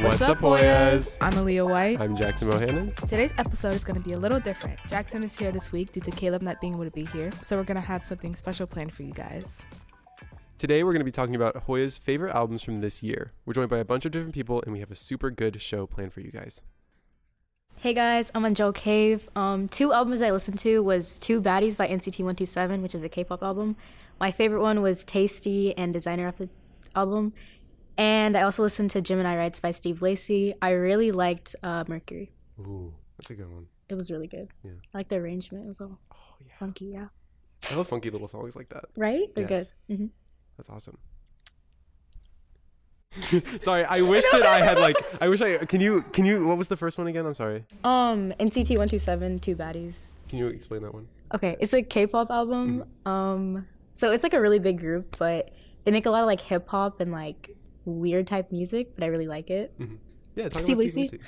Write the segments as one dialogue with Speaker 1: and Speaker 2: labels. Speaker 1: What's up, boyas?
Speaker 2: I'm Aaliyah White.
Speaker 1: I'm Jackson Mohannon.
Speaker 2: Today's episode is going to be a little different. Jackson is here this week due to Caleb not being able to be here, so we're going to have something special planned for you guys.
Speaker 1: Today, we're going to be talking about Hoya's favorite albums from this year. We're joined by a bunch of different people, and we have a super good show planned for you guys.
Speaker 3: Hey guys, I'm on Joe Cave. Um, two albums I listened to was Two Baddies by NCT127, which is a K-pop album. My favorite one was Tasty and Designer of the album. And I also listened to Gemini Rights by Steve Lacy. I really liked uh, Mercury.
Speaker 1: Ooh, that's a good one.
Speaker 3: It was really good.
Speaker 1: Yeah.
Speaker 3: I like the arrangement. It was all
Speaker 1: Oh, yeah.
Speaker 3: funky, yeah.
Speaker 1: I love funky little songs like that.
Speaker 3: Right? They're
Speaker 1: Yes.
Speaker 3: good. hmm
Speaker 1: That's awesome. sorry, I wish that I had like I wish I can you can you what was the first one again? I'm sorry.
Speaker 3: Um, NCT127, Two Baddies.
Speaker 1: Can you explain that one?
Speaker 3: Okay, it's a K-pop album.
Speaker 1: Mm-hmm.
Speaker 3: Um, so it's like a really big group, but they make a lot of like hip hop and like weird type music. But I really like it.
Speaker 1: Yeah, talk
Speaker 3: Steve
Speaker 1: about
Speaker 3: Lacy?
Speaker 1: Steve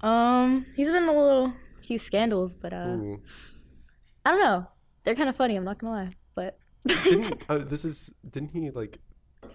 Speaker 3: Um, he's been in a little few scandals, but uh,
Speaker 1: Mm-hmm. Ooh.
Speaker 3: I don't know. They're kind of funny. I'm not gonna lie, but
Speaker 1: Didn't, uh, this is didn't he like
Speaker 3: okay,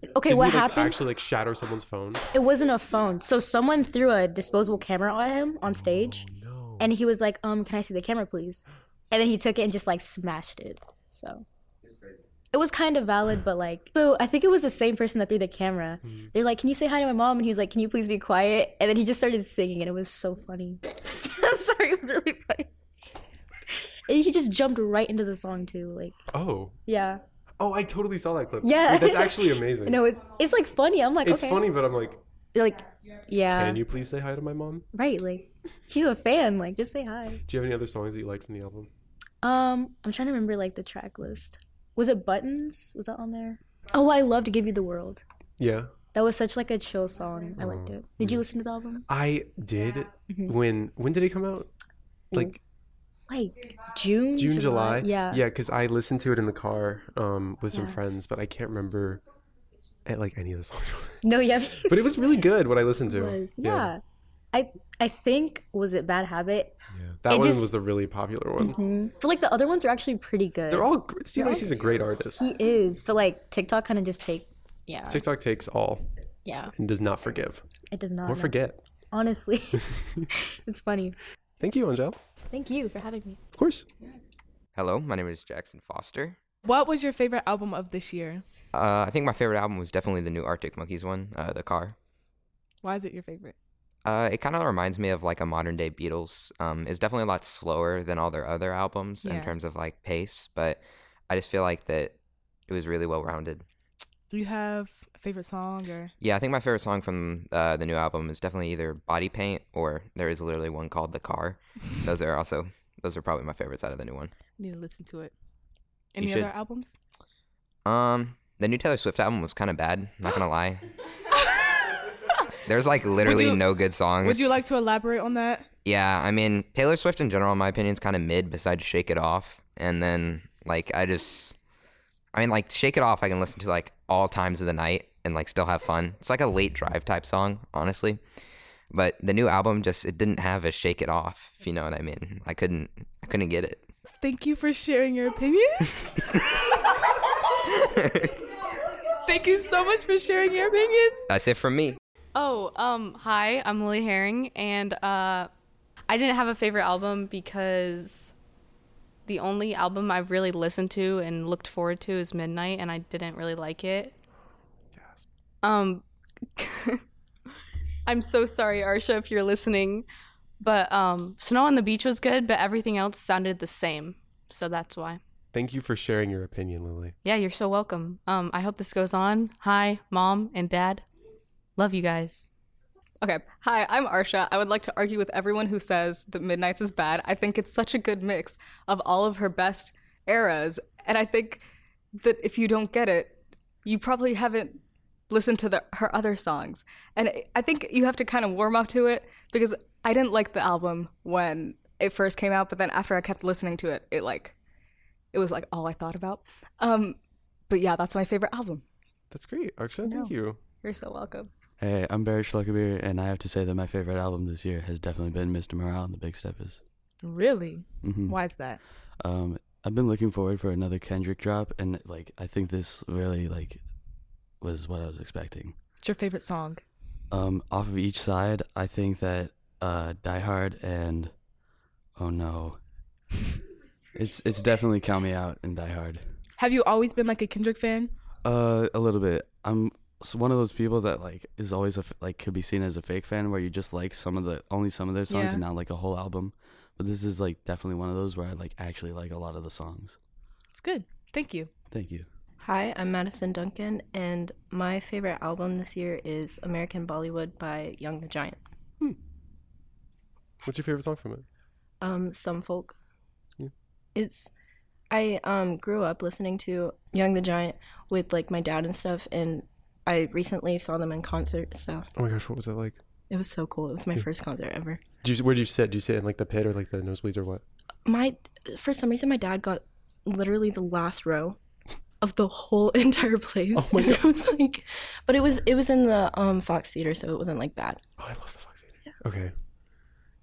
Speaker 1: didn't
Speaker 3: what
Speaker 1: he, like,
Speaker 3: happened?
Speaker 1: actually like shatter someone's phone?
Speaker 3: It wasn't a phone. So someone threw a disposable camera at him on stage,
Speaker 1: Oh, No.
Speaker 3: and he was like, "Um, can I see the camera, please?" And then he took it and just like smashed it. So it was kind of valid, but like, so I think it was the same person that threw the camera.
Speaker 1: Mm-hmm.
Speaker 3: They're like, "Can you say hi to my mom?" And he was like, "Can you please be quiet?" And then he just started singing, and it was so funny. Sorry, it was really funny. And he just jumped right into the song too. Like,
Speaker 1: Oh.
Speaker 3: yeah,
Speaker 1: Oh, I totally saw that clip.
Speaker 3: Yeah.
Speaker 1: Wait, that's actually amazing.
Speaker 3: no, it's it's like funny. I'm like,
Speaker 1: it's
Speaker 3: okay, Um,
Speaker 1: funny, but I'm like,
Speaker 3: like, yeah,
Speaker 1: can you please say hi to my mom?
Speaker 3: right, like. She's a fan, like just say hi.
Speaker 1: Do you have any other songs that you like from the album?
Speaker 3: Um, I'm trying to remember like the track list. Was it Buttons? Was that on there? Oh, I loved Give You the World.
Speaker 1: Yeah.
Speaker 3: That was such like a chill song. I liked
Speaker 1: Mm-hmm.
Speaker 3: it. Did you listen to the album?
Speaker 1: I did
Speaker 3: Mm-hmm.
Speaker 1: when when did it come out? Like
Speaker 3: Like June,
Speaker 1: June, July.
Speaker 3: Yeah.
Speaker 1: Yeah, because I listened to it in the car um, with some friends, but I can't remember eh, like any of the songs.
Speaker 3: No, yeah.
Speaker 1: but it was really good what I listened to.
Speaker 3: it was. Yeah. I I think was it Bad Habit?
Speaker 1: That
Speaker 3: It
Speaker 1: one
Speaker 3: just-
Speaker 1: was the really popular one.
Speaker 3: Hmm. But like the other ones are actually pretty good.
Speaker 1: They're all gr- Steve Lacy's a great artist.
Speaker 3: he is, but like TikTok kind of just take. Yeah.
Speaker 1: TikTok takes all
Speaker 3: yeah.
Speaker 1: and does not forgive
Speaker 3: It does not.
Speaker 1: or
Speaker 3: know.
Speaker 1: forget.
Speaker 3: Honestly, it's funny.
Speaker 1: Thank you, Angel.
Speaker 3: Thank you for having me.
Speaker 1: Of course.
Speaker 4: Hello, my name is Jackson Foster.
Speaker 2: What was your favorite album of this year?
Speaker 4: Uh, I think my favorite album was definitely the new Arctic Monkeys one, uh, The Car.
Speaker 2: Why is it your favorite?
Speaker 4: Uh, it kind of reminds me of like a modern day Beatles. Um, it's definitely a lot slower than all their other albums
Speaker 2: Yeah.
Speaker 4: in terms of like pace, but I just feel like that it was really well rounded.
Speaker 2: Do you have a favorite song or
Speaker 4: Yeah, I think my favorite song from uh, the new album is definitely either Body Paint or there is literally one called The Car. Those are also those are probably my favorites out of the new one.
Speaker 2: need to listen to it?
Speaker 4: You
Speaker 2: Any
Speaker 4: should.
Speaker 2: other albums?
Speaker 4: Um, the new Taylor Swift album was kind of bad. Not gonna lie. There's like literally
Speaker 2: you-
Speaker 4: no good songs.
Speaker 2: Would you like to elaborate on that?
Speaker 4: Yeah, I mean Taylor Swift in general, in my opinion, is kind of mid. Besides Shake It Off, and then like I just, I mean like Shake It Off, I can listen to like all times of the night and like still have fun. It's like a late drive type song, honestly. But the new album just it didn't have a Shake It Off, if you know what I mean. I couldn't I couldn't get it.
Speaker 2: Thank you for sharing your opinions. Thank you so much for sharing your opinions.
Speaker 4: That's it from me.
Speaker 5: Oh, um, hi, I'm Lily Herring, and uh, I didn't have a favorite album because the only album I've really listened to and looked forward to is Midnight, and I didn't really like it. Um, I'm so sorry, Arsha, if you're listening, but um, Snow on the Beach was good, but everything else sounded the same, so that's why.
Speaker 1: Thank you for sharing your opinion, Lily.
Speaker 5: Yeah, you're so welcome. Um, I hope this goes on. Hi, mom and dad. Love you guys.
Speaker 6: Okay. Hi, I'm Arsha. I would like to argue with everyone who says that Midnight's is bad. I think it's such a good mix of all of her best eras. And I think that if you don't get it, you probably haven't listened to the, her other songs. And I- I think you have to kind of warm up to it because I didn't like the album when it first came out, but then after I kept listening to it, it like it was like all I thought about. Um but yeah, that's my favorite album.
Speaker 1: That's great, Aksha. Thank you.
Speaker 6: You're so welcome.
Speaker 7: Hey, I'm Barry Schleckerbeer, and I have to say that my favorite album this year has definitely been Mr. Morale and the Big Steppers.
Speaker 2: Really?
Speaker 7: hmm
Speaker 2: Why is that?
Speaker 7: Um, I've been looking forward for another Kendrick drop, and like I think this really like was what I was expecting.
Speaker 2: What's your favorite song?
Speaker 7: Um, off of each side, I think that uh, Die Hard and oh no, it's it's definitely Count Me Out and Die Hard.
Speaker 2: Have you always been like a Kendrick fan?
Speaker 7: Uh, a little bit. I'm s- one of those people that like is always a f- like could be seen as a fake fan where you just like some of the only some of their songs
Speaker 2: Yeah.
Speaker 7: and not like a whole album. But this is like definitely one of those where I like actually like a lot of the songs.
Speaker 2: It's good. Thank you.
Speaker 7: Thank you.
Speaker 8: Hi, I'm Madison Duncan, and my favorite album this year is American Bollywood by Young the Giant.
Speaker 1: What's your favorite song from it?
Speaker 8: Um, Some Folk.
Speaker 1: Yeah.
Speaker 8: It's I um grew up listening to Young the Giant with like my dad and stuff, and I recently saw them in concert, so
Speaker 1: Oh my gosh, what was that like?
Speaker 8: it was so cool. It was my first concert ever.
Speaker 1: Did you, where'd you sit? Do you sit in like the pit or like the nosebleeds or what?
Speaker 8: My for some reason my dad got literally the last row of the whole entire place.
Speaker 1: Oh my
Speaker 8: and I was like, but it was it was in the um Fox Theater, so it wasn't like bad.
Speaker 1: Oh, I love the Fox Theater. Okay.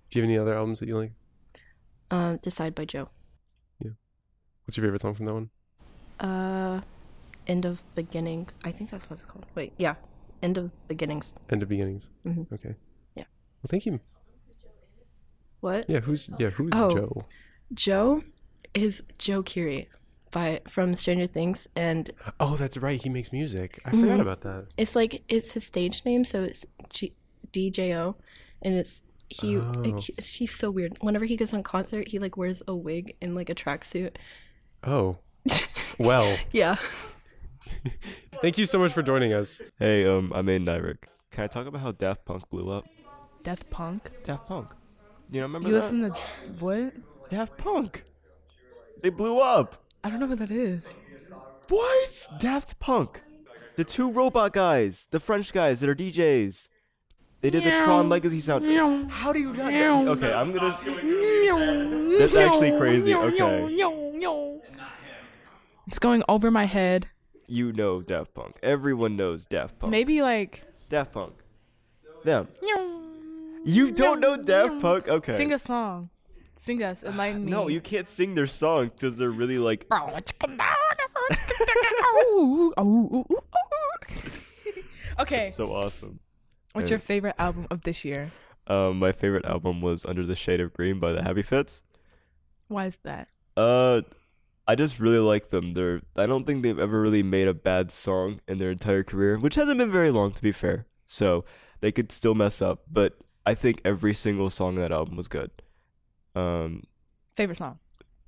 Speaker 1: Do you have any other albums that you like?
Speaker 8: Um, Decide by Joe.
Speaker 1: What's your favorite song from that one?
Speaker 8: Uh, end of beginning. I think that's what it's called. Wait, yeah, end of beginnings.
Speaker 1: End of Beginnings.
Speaker 8: Mhm.
Speaker 1: Okay.
Speaker 8: Yeah.
Speaker 1: Well, thank you.
Speaker 8: What?
Speaker 1: Yeah, who's yeah who's
Speaker 8: Oh.
Speaker 1: Joe?
Speaker 8: Joe is Joe Curie by from Stranger Things, and
Speaker 1: Oh, that's right. He makes music. I forgot Mm-hmm. about that.
Speaker 8: it's like it's his stage name, so it's G- DJO, and it's he,
Speaker 1: Oh.
Speaker 8: he- He's so weird. Whenever he goes on concert, he like wears a wig and like a tracksuit.
Speaker 1: Oh. well,
Speaker 8: Yeah.
Speaker 1: thank you so much for joining us.
Speaker 9: Hey, um, I'm Aiden Nyrick. Can I talk about how Daft Punk blew up?
Speaker 2: Death Punk.
Speaker 9: Daft Punk. You know, remember
Speaker 2: You
Speaker 9: that?
Speaker 2: listen to what?
Speaker 9: Daft Punk. They blew up.
Speaker 2: I don't know what that is.
Speaker 9: What? Daft Punk. The two robot guys, the French guys that are DJs. They did the Tron Legacy sound. How do you not? know? Okay, I'm gonna. That's actually crazy. Okay,
Speaker 2: It's going over my head.
Speaker 9: you know Daft Punk. Everyone knows Daft Punk.
Speaker 2: Maybe like
Speaker 9: Daft Punk. Them. You don't know Daft Punk? Okay.
Speaker 2: sing a song. Sing us. Enlighten me. Oh,
Speaker 9: No, you can't sing their song because they're really like.
Speaker 2: Ooh, ooh, ooh, ooh, ooh. oh, okay.
Speaker 9: It's so awesome.
Speaker 2: What's your favorite album of this year?
Speaker 9: Um, my favorite album was Under the Shade of Green by the Happy Fits.
Speaker 2: Why is that?
Speaker 9: Uh, I just really like them. They're I don't think they've ever really made a bad song in their entire career, which hasn't been very long to be fair. So they could still mess up, but I think every single song on that album was good. Um,
Speaker 2: Favorite song?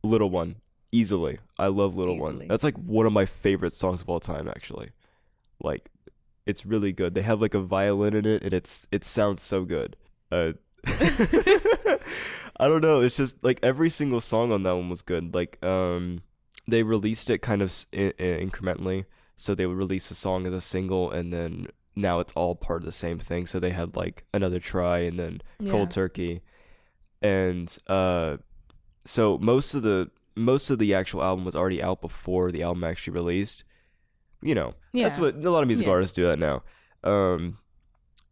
Speaker 9: Little One, easily. I love Little One.
Speaker 2: Easily.
Speaker 9: That's like one of my favorite songs of all time, actually. Like, it's really good. They have like a violin in it, and it's it sounds so good. Uh, I don't know. It's just like every single song on that one was good. Like, um, they released it kind of s- i- i- incrementally. So they would release a song as a single, and then now it's all part of the same thing. So they had like another try, and then cold turkey and uh so most of the most of the actual album was already out before the album actually released you know that's
Speaker 2: Yeah.
Speaker 9: what a lot of music
Speaker 2: Yeah.
Speaker 9: artists do that now um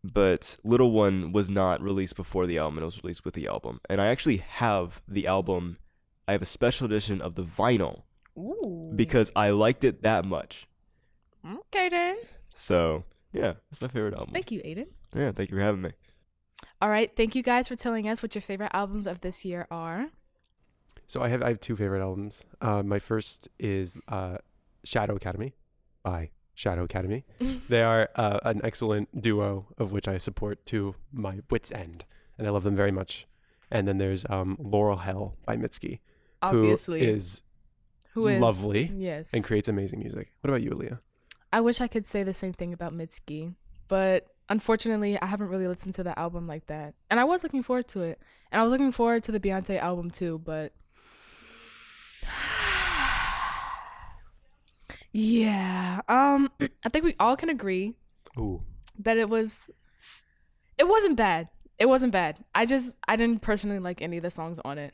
Speaker 9: but little one was not released before the album it was released with the album and i actually have the album i have a special edition of the vinyl because i liked it that much
Speaker 2: Okay then.
Speaker 9: so yeah it's my favorite album
Speaker 2: Thank you, Aiden.
Speaker 9: yeah thank you for having me
Speaker 2: All right. Thank you guys for telling us what your favorite albums of this year are.
Speaker 1: So I have I have two favorite albums. Uh, my first is uh, Shadow Academy by Shadow Academy. they are uh, an excellent duo of which I support to my wits end, and I love them very much. And then there's um, Laurel Hell by Mitski,
Speaker 2: Obviously.
Speaker 1: who is
Speaker 2: Who is
Speaker 1: lovely
Speaker 2: Yes.
Speaker 1: and creates amazing music. What about you, Aaliyah?
Speaker 2: I wish I could say the same thing about Mitski, but unfortunately, I haven't really listened to the album like that. And I was looking forward to it, and I was looking forward to the Beyonce album too, but yeah, um, I think we all can agree
Speaker 1: Ooh,
Speaker 2: that it was, it wasn't bad. It wasn't bad. I just I didn't personally like any of the songs on it.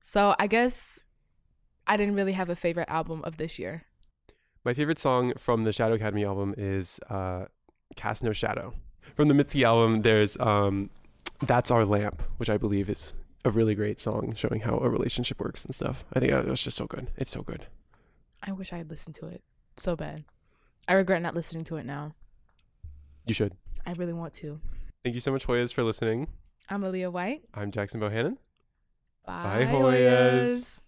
Speaker 2: So I guess I didn't really have a favorite album of this year.
Speaker 1: My favorite song from the Shadow Academy album is uh, Cast No Shadow. From the Mitski album, there's um, That's Our Lamp, which I believe is a really great song showing how a relationship works and stuff. I think that was just so good. It's so good.
Speaker 2: I wish I had listened to it so bad. I regret not listening to it now.
Speaker 1: You should.
Speaker 2: I really want to.
Speaker 1: Thank you so much, Hoyas, for listening.
Speaker 2: I'm Aaliyah White.
Speaker 1: I'm Jackson Bohannon.
Speaker 2: Bye,
Speaker 1: Hoyas.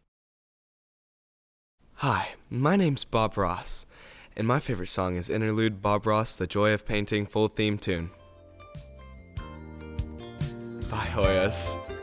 Speaker 10: Hi, my name's Bob Ross, and my favorite song is Interlude Bob Ross The Joy of Painting Full Theme Tune. Bye, Hoyas.